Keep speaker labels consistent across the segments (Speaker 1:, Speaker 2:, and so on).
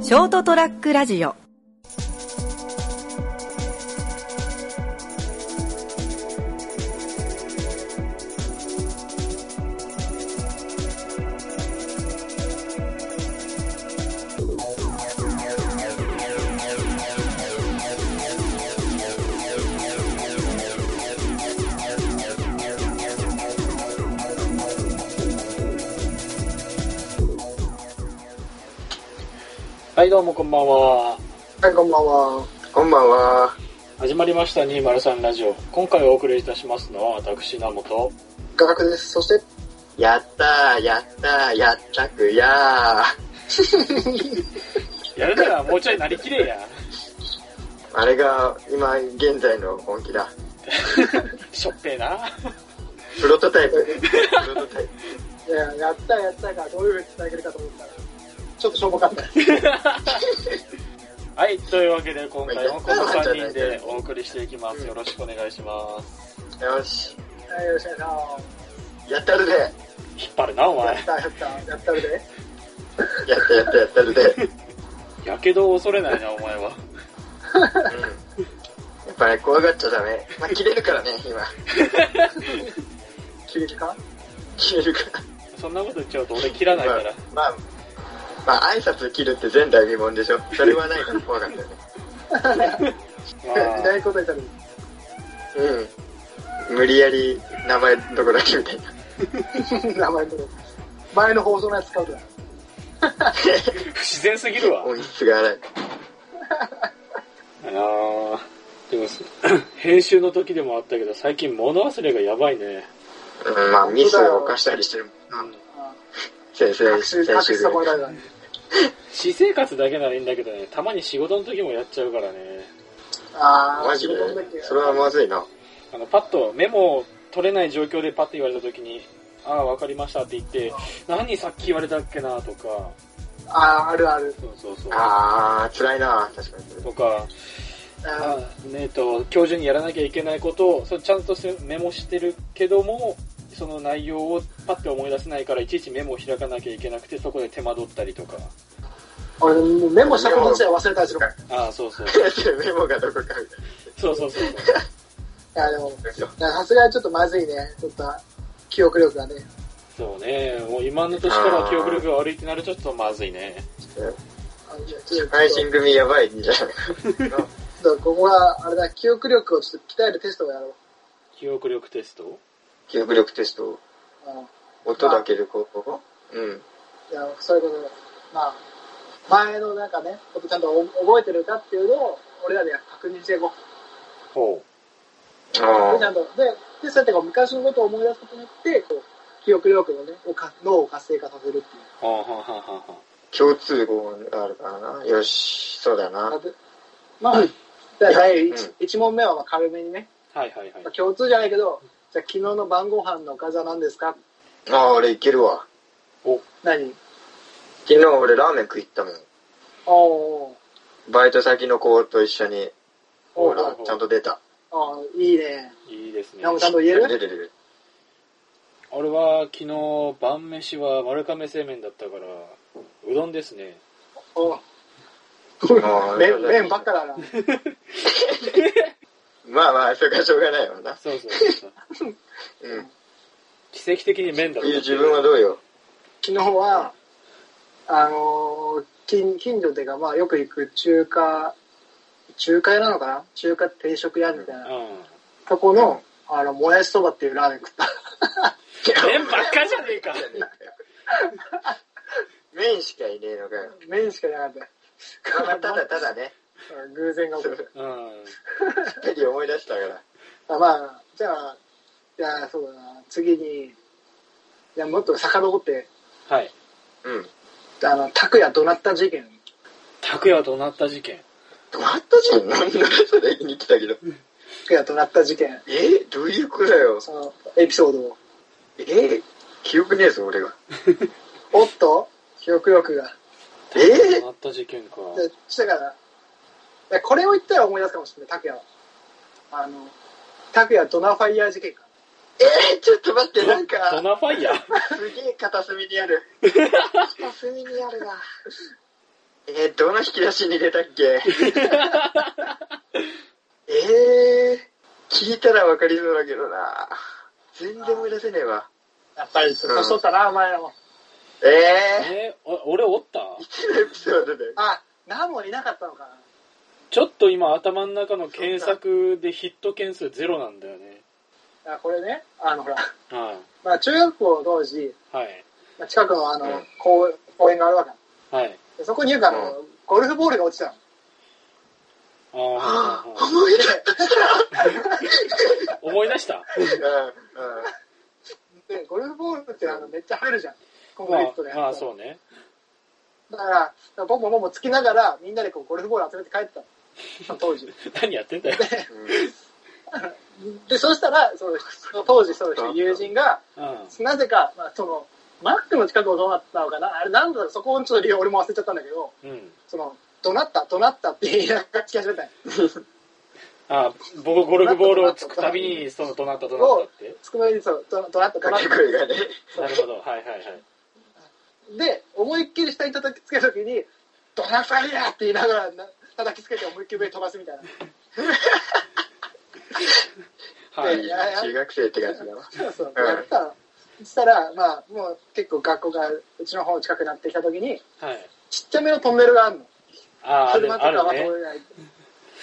Speaker 1: ショートトラックラジオ
Speaker 2: はい、どうもこんばんは。
Speaker 3: はい、こんばんは。こんばんは。
Speaker 2: 始まりました203ラジオ。今回お送りいたしますのは私、名本。
Speaker 3: 画角です。そして、やったー、やったー、やったくや
Speaker 2: やるならもうちょいなりきれ や。
Speaker 3: ー。あれが、今、現在の本気だ。
Speaker 2: しょっぺーな。
Speaker 3: プロトタ イプ。プロトタイプ。
Speaker 4: いや、やったやったが、どういうふうに伝えてるかと思ったら、ちょっとしょぼかったです。
Speaker 2: はい、というわけで今回もこの3人でお送りしていきます。よろしくお願いします。
Speaker 3: よし。
Speaker 4: はい、よろしくお願いし
Speaker 3: やったるで。
Speaker 2: 引っ張るな、お
Speaker 4: ま
Speaker 2: 前
Speaker 4: す。。やったやった、やったるで。
Speaker 3: やったやったやったるで。うん。
Speaker 2: やけどを恐れないな、お前は。
Speaker 3: やっぱり怖がっちゃダメ。まあ、切れるからね、今。
Speaker 4: 切るか
Speaker 3: 切れるから。
Speaker 2: そんなこと言っちゃうと俺切らない から。
Speaker 3: まあ、まあ、まあ、挨拶切るって前代未聞でしょ。それはないから怖かったよね。
Speaker 2: ま
Speaker 4: いな
Speaker 2: あ、
Speaker 4: いことにたる。
Speaker 3: うん。無理やり名前どこだけみたいな。
Speaker 4: 名前のとこ前の放送のやつ使うとだ。
Speaker 2: 不自然すぎるわ。
Speaker 3: 音質が荒い。
Speaker 2: あーでもす、 編集の時でもあったけど、最近物忘れがやばいね。
Speaker 3: うん、まあ、ミスを犯したりしてる。
Speaker 2: うん
Speaker 3: 先生、
Speaker 4: 隠し、
Speaker 3: 先生
Speaker 4: 隠しとこ
Speaker 3: が。
Speaker 4: だからね。
Speaker 2: 私生活だけならいいんだけどね、たまに仕事の時もやっちゃうからね。
Speaker 4: あー、
Speaker 3: マジで
Speaker 4: 自分だけ
Speaker 3: それはまずいな。
Speaker 2: あの、パッとメモを取れない状況でパッと言われた時に、ああ、わかりましたって言って、何さっき言われたっけなとか、
Speaker 4: あー、あるある。
Speaker 2: そうそうそう。
Speaker 3: あー、辛いな、確かに。
Speaker 2: とか、あ
Speaker 4: あ
Speaker 2: ねえっと、今日中にやらなきゃいけないことを、それちゃんとせメモしてるけども、その内容をパッと思い出せないから、いちいちメモを開かなきゃいけなくて、そこで手間取ったりとか。
Speaker 4: ー俺、もうメモしたこと自体忘れたりするから。い
Speaker 2: ああ、そうそう。
Speaker 3: メモがどこかみたい
Speaker 2: そうそうそうそう。
Speaker 4: や、でも、
Speaker 3: ない
Speaker 4: やさすがにちょっとまずいね。ちょっと、記憶力がね。
Speaker 2: そうね。もう今の年から記憶力が悪いってなるとちょっとまずいね。
Speaker 4: あのちょっと
Speaker 3: 社会人組やばいんじゃないか。
Speaker 4: ちょっとここは、あれだ、記憶力をちょっと鍛えるテストをやろう。
Speaker 2: 記憶力テスト
Speaker 3: 記憶力テスト、
Speaker 4: うん
Speaker 3: 音だけでこう、うん。
Speaker 4: いや、そういうことで、まあ、前のなんかね、ことちゃんと覚えてるかっていうのを、俺らで確認していこ
Speaker 2: ほ
Speaker 4: う。で、ち
Speaker 3: あ
Speaker 4: ゃんと、で、でそうやってこう昔のことを思い出すことによって、こう、記憶力のね、をか脳を活性化させるっていう。
Speaker 2: う。はあ、はあはあはあ、
Speaker 3: ー、共通語があるからな。よし、そうだな。
Speaker 4: でまあ、じゃあ第
Speaker 3: うん
Speaker 4: 1, 一問目はまあ軽めにね、
Speaker 2: はいはいはい
Speaker 4: まあ。共通じゃないけど、じゃあ昨日の晩ご飯のおかずは何ですか
Speaker 3: あー、俺いけるわ。
Speaker 4: 何
Speaker 3: 昨日俺ラーメン食いったもん。
Speaker 4: おー
Speaker 3: バイト先の子と一緒に、ほ
Speaker 4: おー
Speaker 3: ら、ちゃんと出た。
Speaker 4: おーいいね。
Speaker 2: いいですね
Speaker 4: ナ。ムちゃんと言
Speaker 3: 出
Speaker 4: える
Speaker 3: る出る。
Speaker 2: 俺は昨日晩飯は丸亀製麺だったから、うどんですね。
Speaker 4: おー
Speaker 3: あー
Speaker 4: 麺、麺ばっかだな。
Speaker 3: まあまあ、それはしょうがないわな。
Speaker 2: そうそう そう。
Speaker 3: うん。
Speaker 2: 奇跡的に麺だった。
Speaker 3: いや自分はどうよ。
Speaker 4: 昨日は、あのー近近所っていうか、まあ、よく行く中華、中華屋なのかな中華定食屋みたいな
Speaker 2: うん。
Speaker 4: とこの、あの、もやしそばっていうラーメン食った。
Speaker 2: 麺ばっかじゃねえか。
Speaker 3: 麺しかいねえのかよ。
Speaker 4: 麺しかいなかった。
Speaker 3: まあただただね、
Speaker 4: 偶然が起こる。
Speaker 2: うん。
Speaker 3: しっかり思い出したから。
Speaker 4: あまあ、じゃあ、じゃあ、そうだな。次に、じゃあもっと遡って、
Speaker 2: はい。
Speaker 3: うん。
Speaker 4: あの、拓也怒鳴った事件。
Speaker 2: 拓也となった事件。
Speaker 3: どうやったじゃん。なんだかそれに来たけど。
Speaker 4: 拓也怒鳴った事件。
Speaker 3: えどういうことだよ。
Speaker 4: その、エピソードを。
Speaker 3: え記憶ねえぞ、俺が。
Speaker 4: おっと記憶力が。
Speaker 3: え
Speaker 2: となった事件か。
Speaker 4: で、だから、いやこれを言ったら思い出すかもしれない、拓也は。あの、拓也ドナファイヤー事件か。
Speaker 3: えー、ちょっと待って、なん
Speaker 2: ド
Speaker 3: か、
Speaker 2: ナファイヤー
Speaker 3: すげえ片隅にある。
Speaker 4: 隅にあるな。
Speaker 3: えー、どの引き出しに入れたっ けえー、聞いたらわかりそうだけどな。全然思い出せねえわ。
Speaker 4: やっぱり、年取ったな、お前らも。
Speaker 3: え
Speaker 2: えお俺おった
Speaker 3: ー、1のエピソードで。
Speaker 4: あ、何もいなかったのかな。
Speaker 2: ちょっと今頭の中の検索でヒット件数ゼロなんだよね。
Speaker 4: いやこれね、あの、ほら、
Speaker 2: は
Speaker 4: まあ、中学校の当時、
Speaker 2: い。はい。
Speaker 4: まあ近くのあの、
Speaker 3: うん
Speaker 4: 公公園があるわけなの
Speaker 2: はい。
Speaker 4: でそこによくあの、ゴルフボールが落ちたの。
Speaker 2: あーは
Speaker 3: あ
Speaker 2: いはいはい
Speaker 3: 思い出した。
Speaker 2: 思い出した
Speaker 3: うん、うん。
Speaker 4: で、ゴルフボールってあのめっちゃ入るじゃん。コンク
Speaker 2: ま
Speaker 4: リートで。
Speaker 2: あ、まあ、そうね。
Speaker 4: だから、ボンボンボンボンつきながら、みんなでこうゴルフボール集めて帰ってたの。その当 時。
Speaker 2: 何やってんだよ。
Speaker 4: で、そしたら、そのその当時、その人友人が、
Speaker 2: うん。あ
Speaker 4: なぜか、まあ、その、マックの近くをどうなったのかなあれ、なんだろう、そこをちょっと理由俺も忘れちゃったんだけど、
Speaker 2: うん。
Speaker 4: その、怒鳴った、怒鳴ったって言いな がら聞き始めたんよ
Speaker 2: あー、僕ゴルフボールをつくたびに、その、どなったどなったって。
Speaker 4: つくばりにそう、ど怒鳴った、怒鳴っ
Speaker 3: 掛け声がね。
Speaker 2: なるほど。はいはいはい。
Speaker 4: た。で、思いっきり下に叩きつけた時に、どなったりやって言いながらな叩きつけて思いっきり上に飛ばすみたいな。
Speaker 2: はい
Speaker 4: い。やいや
Speaker 3: 中学生って感じだわ。
Speaker 4: そうそう、やったの。そしたら、まあ、もう結構学校がうちの方近くなってきた時に、
Speaker 2: はい。
Speaker 4: ちっちゃめのトンネルがあるの。
Speaker 2: ああ、ある
Speaker 4: 車とかは
Speaker 2: あ
Speaker 4: 通
Speaker 2: るね。
Speaker 4: れない。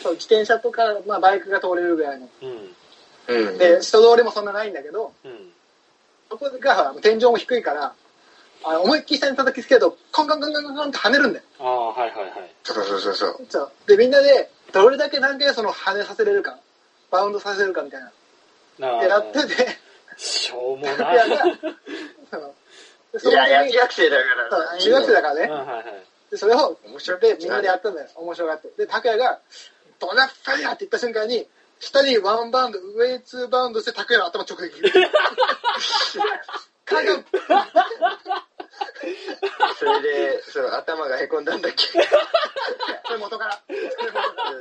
Speaker 4: そう、自転車とか、まあ、バイクが通れるぐらいの。
Speaker 2: うん。
Speaker 3: うん
Speaker 4: で、人通りもそんなないんだけど、
Speaker 2: うん。
Speaker 4: そこが天井も低いから、あの思いっきり下に叩きつけると、コンコンコンコンコンコンって跳ねるんだよ。
Speaker 2: ああ、はいはいはい。
Speaker 3: そうそうそうそう。
Speaker 4: そう。で、みんなで、どれだけ何回その跳ねさせれるか、バウンドさせるかみたいな。
Speaker 2: な
Speaker 4: で、やってて、
Speaker 2: しょうも
Speaker 4: や
Speaker 2: な。
Speaker 4: が
Speaker 2: はい、
Speaker 4: そうでそ
Speaker 3: い
Speaker 4: の
Speaker 3: や、いや中
Speaker 4: 時に
Speaker 3: 学生だか
Speaker 4: そう
Speaker 3: ら。
Speaker 4: 中学生
Speaker 3: か
Speaker 4: だからね。
Speaker 2: はいはい。
Speaker 4: で、それを
Speaker 3: ら。面白い。
Speaker 4: で、みんなでやったんだよ。面白がって。で、拓也が、ドナッファイヤーって言った瞬間に、下にワンバウンド、上ツーバウンドして拓也の頭直撃。 かが、
Speaker 3: それで、そう、頭がへこんだんだっけ。
Speaker 4: これ元から。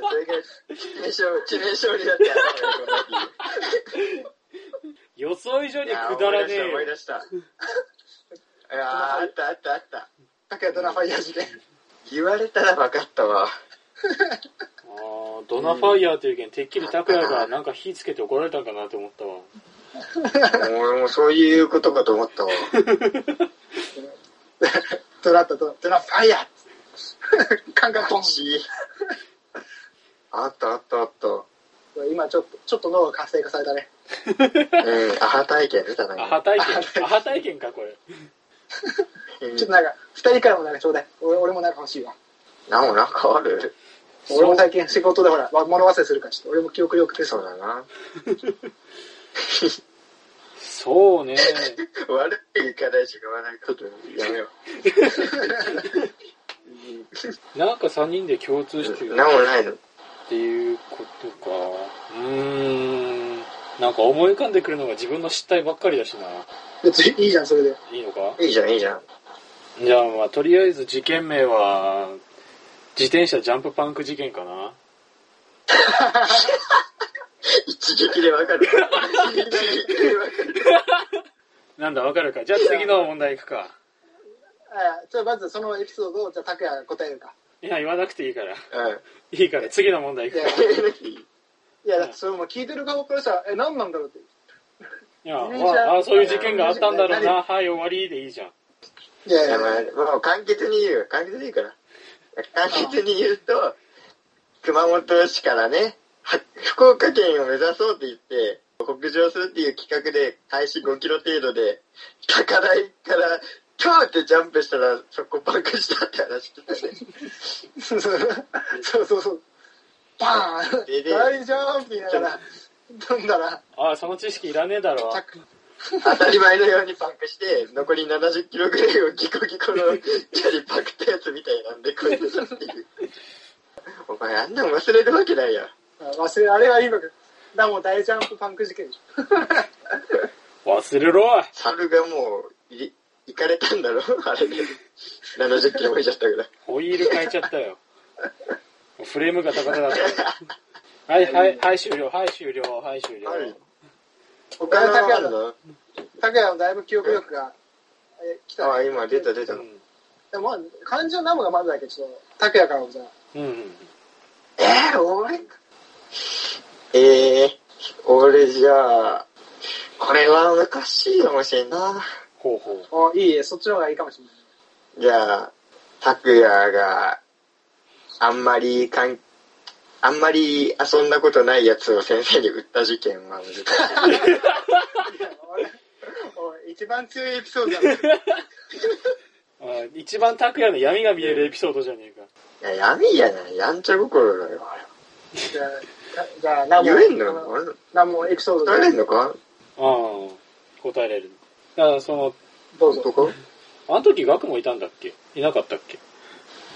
Speaker 3: それが、致命傷、致命傷になって頭がへこんだっ
Speaker 2: 予想以上
Speaker 3: け。
Speaker 2: にくだらねえ
Speaker 3: いや
Speaker 2: よ
Speaker 3: 思い。出した、思い出した。いやーあったあったあった。
Speaker 4: 拓也ドナファイヤー事件。
Speaker 3: 言われたら分かったわ。
Speaker 2: あードナファイヤーというけん、てっきり拓也がなんか火つけて怒られたんかなと思ったわ。
Speaker 3: 俺もそういうことかと思ったわ。
Speaker 4: ドナッとドナファイヤーっつってカンカンポン。
Speaker 3: しあったあったあった。
Speaker 4: 今ちょっと、ちょっと脳が活性化されたね。
Speaker 3: うん、アハ体験出たな。
Speaker 2: アハ体験、アハ体験か、これ。
Speaker 3: う
Speaker 4: ちょ
Speaker 3: ん
Speaker 4: っとなんか、二人からもなんかちょうだい。俺俺もなんか欲しいわ。
Speaker 3: なお、なんかある
Speaker 4: 俺も最近仕事でほら、わ物忘れするから、ちょっと俺も記憶力くて
Speaker 3: そうだな。
Speaker 2: そうね。
Speaker 3: 悪い課題しか言わないことやめよ
Speaker 2: なんか3人で共通して
Speaker 3: う。
Speaker 2: る
Speaker 3: なおないの。
Speaker 2: っていうことか。うーん。なんか思い浮かんでくるのが自分の失態ばっかりだしな。
Speaker 4: 別にいいじゃん、それで。
Speaker 2: いいのか
Speaker 3: いいじゃん、いいじゃん。
Speaker 2: じゃあ、まあ、とりあえず事件名は、自転車ジャンプパンク事件かな。
Speaker 3: 一撃でわかる。一撃でわかる。
Speaker 2: なんだ、わかるか。じゃあ次の問題いくか。
Speaker 4: あちょっとまずそのエピソードを、じゃあ拓也答えるか。
Speaker 2: いや、言わなくていいから。
Speaker 3: うん。
Speaker 2: いいから、次の問題いくから。
Speaker 4: いや、だってそれも聞いてる側からしたら、え、何なんだろうって。
Speaker 2: いや、
Speaker 4: 自
Speaker 2: ま
Speaker 4: 転車
Speaker 2: あ、あそういう事件があったんだろうな。はい、終わりでいいじゃん。
Speaker 4: いやい
Speaker 3: いや
Speaker 4: や、
Speaker 3: まあもう簡潔に言うよ。簡潔に言うから。簡潔に言うと、熊本市からね、は福岡県を目指そうって言って、北上するっていう企画で、開始5キロ程度で、高台から、キャーってジャンプしたら、そこパンクしたって話聞いたね。
Speaker 4: そうそうそうそう。バーン
Speaker 3: でで
Speaker 4: 大ジャンプ言いながら、飛んだら、
Speaker 2: ああ、その知識いらねえだろ。
Speaker 4: 着
Speaker 3: 当たり前のようにパンクして、残り70キロぐらいをギコギコのチャリパクったやつみたいなんで、こいつだっていう。お前あんなん忘れるわけないや。
Speaker 4: 忘れ、あれが今、だもう大ジャンプパンク事件でしょ。
Speaker 2: 忘れろ
Speaker 3: 猿がもう、い、行かれたんだろ あれで。70キロもいちゃったぐらい。
Speaker 2: ホイール変えちゃったよ。フレームが高々だった。はい、はい、はい、終了、はい、終了、はい、終了。
Speaker 3: はい
Speaker 4: 他
Speaker 3: 他
Speaker 4: の
Speaker 3: の
Speaker 4: 拓
Speaker 3: あ
Speaker 4: 也
Speaker 3: る
Speaker 4: の、
Speaker 3: の
Speaker 4: 拓也のだいぶ記憶力が、え、来た
Speaker 3: あ、
Speaker 4: ね。
Speaker 3: 今出た出た。
Speaker 2: う
Speaker 3: うん
Speaker 2: ん
Speaker 4: でもまあ、肝心のナムがまずだけどちょっと、拓也からもじゃあ
Speaker 2: うんうん。
Speaker 3: えー、俺えー、俺じゃあ、これは難しいかもしれんな。
Speaker 2: ほうほう。
Speaker 4: おいいえ、そっちの方がいいかもしれな
Speaker 3: じ
Speaker 4: い。
Speaker 3: ゃあ、拓也があんまりかん、あんまり遊んだことないやつを先生に売った事件は難しい。
Speaker 4: おい一番強いエピソードだ
Speaker 2: あー一番拓也の闇が見えるエピソードじゃねえか。
Speaker 3: いや、闇じゃない。やんちゃ心だよ、
Speaker 4: じゃあた、じゃあ、
Speaker 3: あ
Speaker 4: ナ
Speaker 3: れ。
Speaker 4: ム
Speaker 3: 言えんの俺
Speaker 4: ナムエピソード
Speaker 3: 答えれ
Speaker 4: で
Speaker 3: んのか
Speaker 2: ああ、答えれる。だからその、
Speaker 4: どう
Speaker 3: 本当
Speaker 4: ぞ。
Speaker 3: か
Speaker 2: あの時ガクもいたんだっけいなかったっけ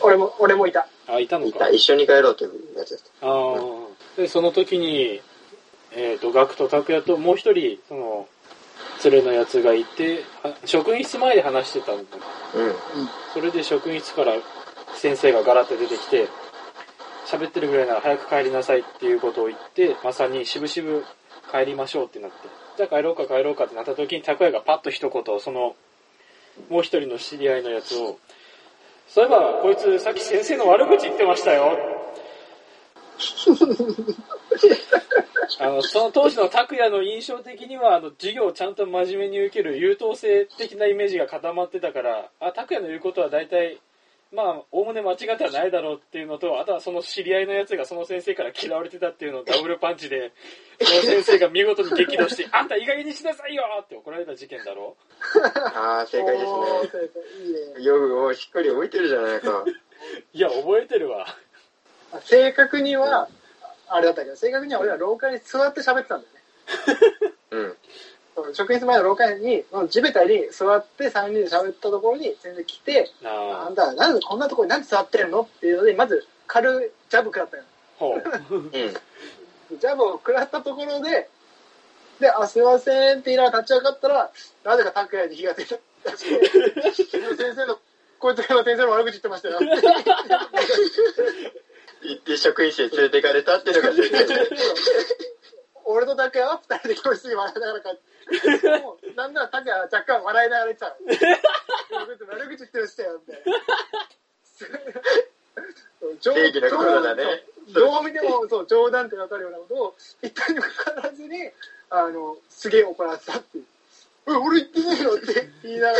Speaker 4: 俺も、俺もいた。
Speaker 2: あ、いたの
Speaker 3: い
Speaker 2: か。
Speaker 3: た、一緒に帰ろうっていうやつだっ
Speaker 2: ああ、で、その時に、えっ、と、ガクと拓也ともう一人、その、連れのやつがいて、は職員室前で話してたんだ。
Speaker 3: た。うん。
Speaker 2: それで職員室から先生がガラッと出てきて、喋ってるぐらいなら早く帰りなさいっていうことを言って、まさに渋々帰りましょうってなって、じゃあ帰ろうか帰ろうかってなった時に、拓也がパッと一言、その、もう一人の知り合いのやつを、そういえば、こいつさっき先生の悪口言ってましたよ。あの、その当時の拓也の印象的には、あの、授業をちゃんと真面目に受ける優等生的なイメージが固まってたから、あ、拓也の言うことは大体、まあ、おおむね間違ってはないだろうっていうのと、あとはその知り合いのやつがその先生から嫌われてたっていうのをダブルパンチで、その先生が見事に激怒 して、あんたいい加減にしなさいよって怒られた事件だろ
Speaker 3: ああ、正解です
Speaker 4: おー
Speaker 3: ね。
Speaker 4: 正解いいね。
Speaker 3: 夜をしっかり置いてるじゃないか。
Speaker 2: いや、覚えてるわ。
Speaker 4: あ正確には、あれだったけど、正確には俺は廊下に座って喋ってたんだよね。
Speaker 3: うん。
Speaker 4: その職員室前の廊下に、その地べたに座って3人で喋ったところに先生来て、あ
Speaker 2: ああ
Speaker 4: ん、た、なんでこんなところになんで座ってんのっていうので、まず軽いジャブ食らったよ。
Speaker 2: ほう。
Speaker 3: うん。
Speaker 4: ジャブを食らったところで、で、あ、すいませんって言いながら立ち上がったら、なぜか拓也に火が出た。先生の、こいつが先生の悪口言ってましたよ。
Speaker 3: 行って職員室に連れてかれたっていうのが正解 ですね。
Speaker 4: 俺と拓也は二人で教室に笑いながら帰って、もうなんなら拓也は若干笑いながら言っ てたの。こいつ悪口言ってるしたよ、みたいな。冗
Speaker 3: 正義の心だね
Speaker 4: 冗談どう見てもそう冗談って分かるようなことを言ったにもかかわらずにあのすげえ怒らせたっていう「え俺言ってねえの?」って言いながら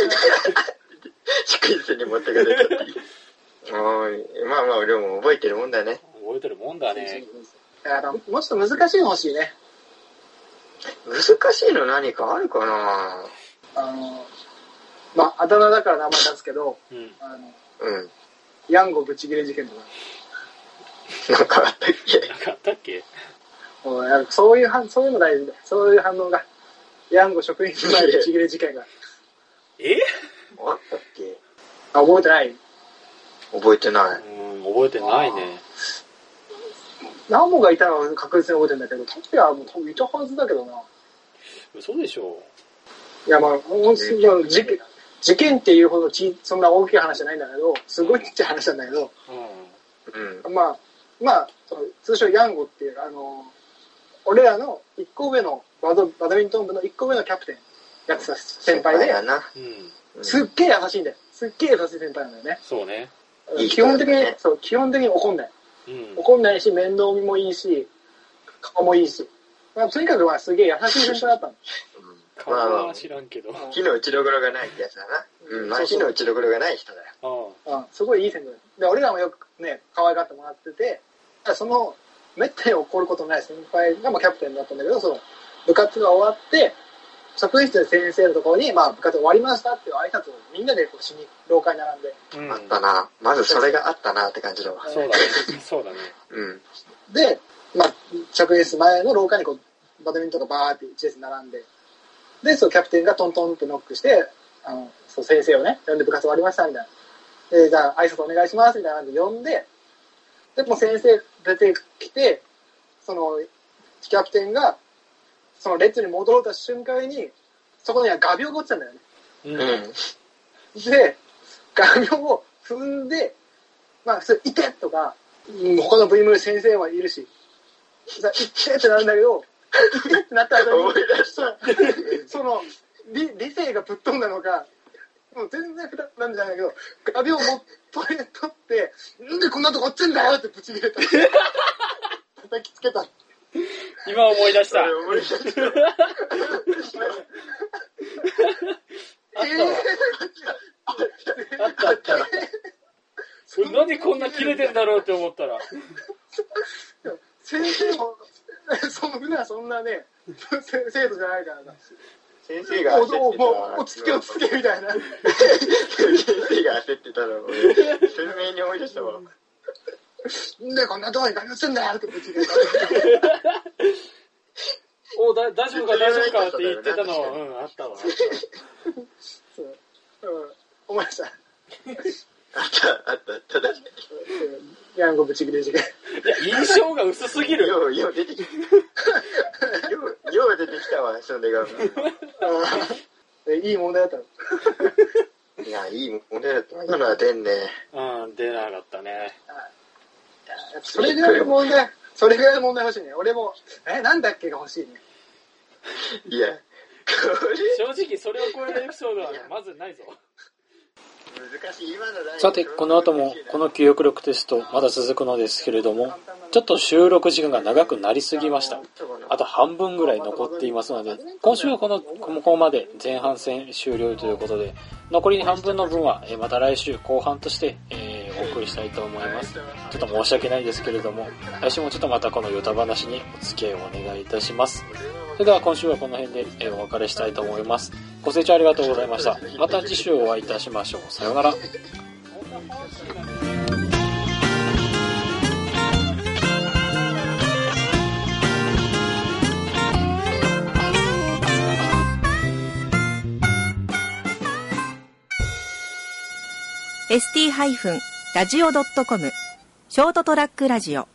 Speaker 3: 職員室に持ってかれたっていう。おーいまあまあ、でも覚えてるもんだね。
Speaker 2: 覚えてるもんだね。
Speaker 4: いやでももうちょっと難しいの欲しいね
Speaker 3: 難しいの何かあるかな
Speaker 4: あのまああだ名だから名前出すけど
Speaker 2: うん。
Speaker 4: あの
Speaker 3: うん。
Speaker 4: ヤンゴブチギレ事件とか
Speaker 3: なんかあったっけ
Speaker 2: なかったっけ
Speaker 4: おいなんかそういう反そういうの大事だよそういう反応がヤンゴ職員室前ブチギレ事件が
Speaker 2: え
Speaker 3: あったっけ
Speaker 4: あ覚えてない
Speaker 3: 覚えてない。
Speaker 2: うん、覚えてないね。
Speaker 4: ナモがいたのは確実に覚えてんだけどタピはもう多分いたはずだけどな
Speaker 2: 嘘でしょ。
Speaker 4: いやまあ、本当にでも事件事件っていうほどちそんな大きい話じゃないんだけど、すごいちっちゃい話なんだけど、
Speaker 2: う
Speaker 3: うん。
Speaker 4: まあ、まあ、その通称ヤンゴっていう、あの、俺らの一個上のバド、バドミントン部の一個上のキャプテンやってた先輩で
Speaker 3: や、な。
Speaker 2: ん。うん。
Speaker 3: うん
Speaker 4: すっげえ優しいんだよ。すっげえ優しい先輩なんだよね。
Speaker 2: そうね。
Speaker 3: いい
Speaker 4: 基
Speaker 3: 人だ
Speaker 4: 本
Speaker 3: ね
Speaker 4: 的に、そう、基本的に怒んない。
Speaker 2: うん。
Speaker 4: 怒んないし、面倒見もいいし、顔もいいし。まあ、とにかくまあ、すげえ優しい先輩だったの。
Speaker 2: 顔
Speaker 3: まあ
Speaker 2: は、知らんけど。あ
Speaker 3: 火の打ちどころがないってやつだな。うん。まあ、
Speaker 4: そうそ
Speaker 3: 火
Speaker 4: う
Speaker 3: の打ちどころがない人だよ。
Speaker 2: あ。
Speaker 4: うん、すごいいい先輩で俺らもよくね可愛がってもらっててただそのめったに怒ることない先輩がまあキャプテンだったんだけどその部活が終わって職員室の先生のところに、まあ、部活終わりましたっていう挨拶をみんなでこうしに廊下に並んで
Speaker 2: うん
Speaker 3: あったな。まずそれがあったなって感じだわ。
Speaker 2: そうだね。そうだね。
Speaker 3: うん。
Speaker 4: で、まあ、職員室前の廊下にこうバドミントンがバーって一列に並んででそうキャプテンがトントンってノックしてあのそう先生をね呼んで部活終わりましたみたいなでじゃあ挨拶お願いしますみたいなんで呼んででもう先生出てきてそのキャプテンがその列に戻ろうとした瞬間にそこには画鋲が落ちたんだよね
Speaker 2: う
Speaker 3: うん。うん。
Speaker 4: で、画鋲を踏んで、まあ普通、いてとか、うん他の部員も先生はいるし、さいてってなるんだけど、い てってなった後に
Speaker 3: 思い出した
Speaker 4: その理、理性がぶっ飛んだのか、もう全然普段なんじゃないけど、画鋲をもっと取って、なんでこんなとこ落ちんだよってぶち切れた。叩きつけた。
Speaker 5: 今思い出した。あ
Speaker 3: 俺思い出した
Speaker 5: ったわ。あったあった。俺なんでこんな切れてんだろうって思ったら。
Speaker 4: 先生も、そんな、そんなね、せ生徒じゃないからな。
Speaker 3: 先生が焦ってた
Speaker 4: おおも
Speaker 3: わ
Speaker 4: う落ち着け落ち着けみたいな。
Speaker 3: 先生が焦ってたの俺鮮明に思い出したわ
Speaker 4: なんでこんなとこに画鋲落ちんだよってぶち切れた。
Speaker 5: おだ大丈夫か大丈夫かって言ってたのは、うん、あったわ。
Speaker 4: そううん、思いました。
Speaker 3: あったあったあった確か
Speaker 4: ヤンゴぶち切れ事件。
Speaker 5: いや、印象が薄すぎ
Speaker 3: に
Speaker 5: る。
Speaker 3: ようよう出てきたようよう出てきたわその出川
Speaker 4: うんいい問題だったの。
Speaker 3: いやいいもんね今のは出んね
Speaker 5: うん、出なかったね。
Speaker 4: それぐらいの問題、それぐらいの問題欲しいね。俺も、え、なんだっけが欲しいね。
Speaker 3: いやこ
Speaker 5: 正直、それを超えるエピソードはまずないぞ。
Speaker 3: れ難しい今のライン
Speaker 2: さて、この後もこの記憶力テストまだ続くのですけれども、ちょっと収録時間が長くなりすぎました。あと半分ぐらい残っていますので、今週はこの、ここまで前半戦終了ということで、残り半分の分は、えーまた来週後半として、えーお送りしたいと思います。ちょっと申し訳ないですけれども、来週もちょっとまたこのヨタ話にお付き合いをお願いいたします。それでは今週はこの辺でえーお別れしたいと思います。ご清聴ありがとうございました。また次週お会いいたしましょう。さようなら。
Speaker 6: ST-radio.com ショートトラックラジオ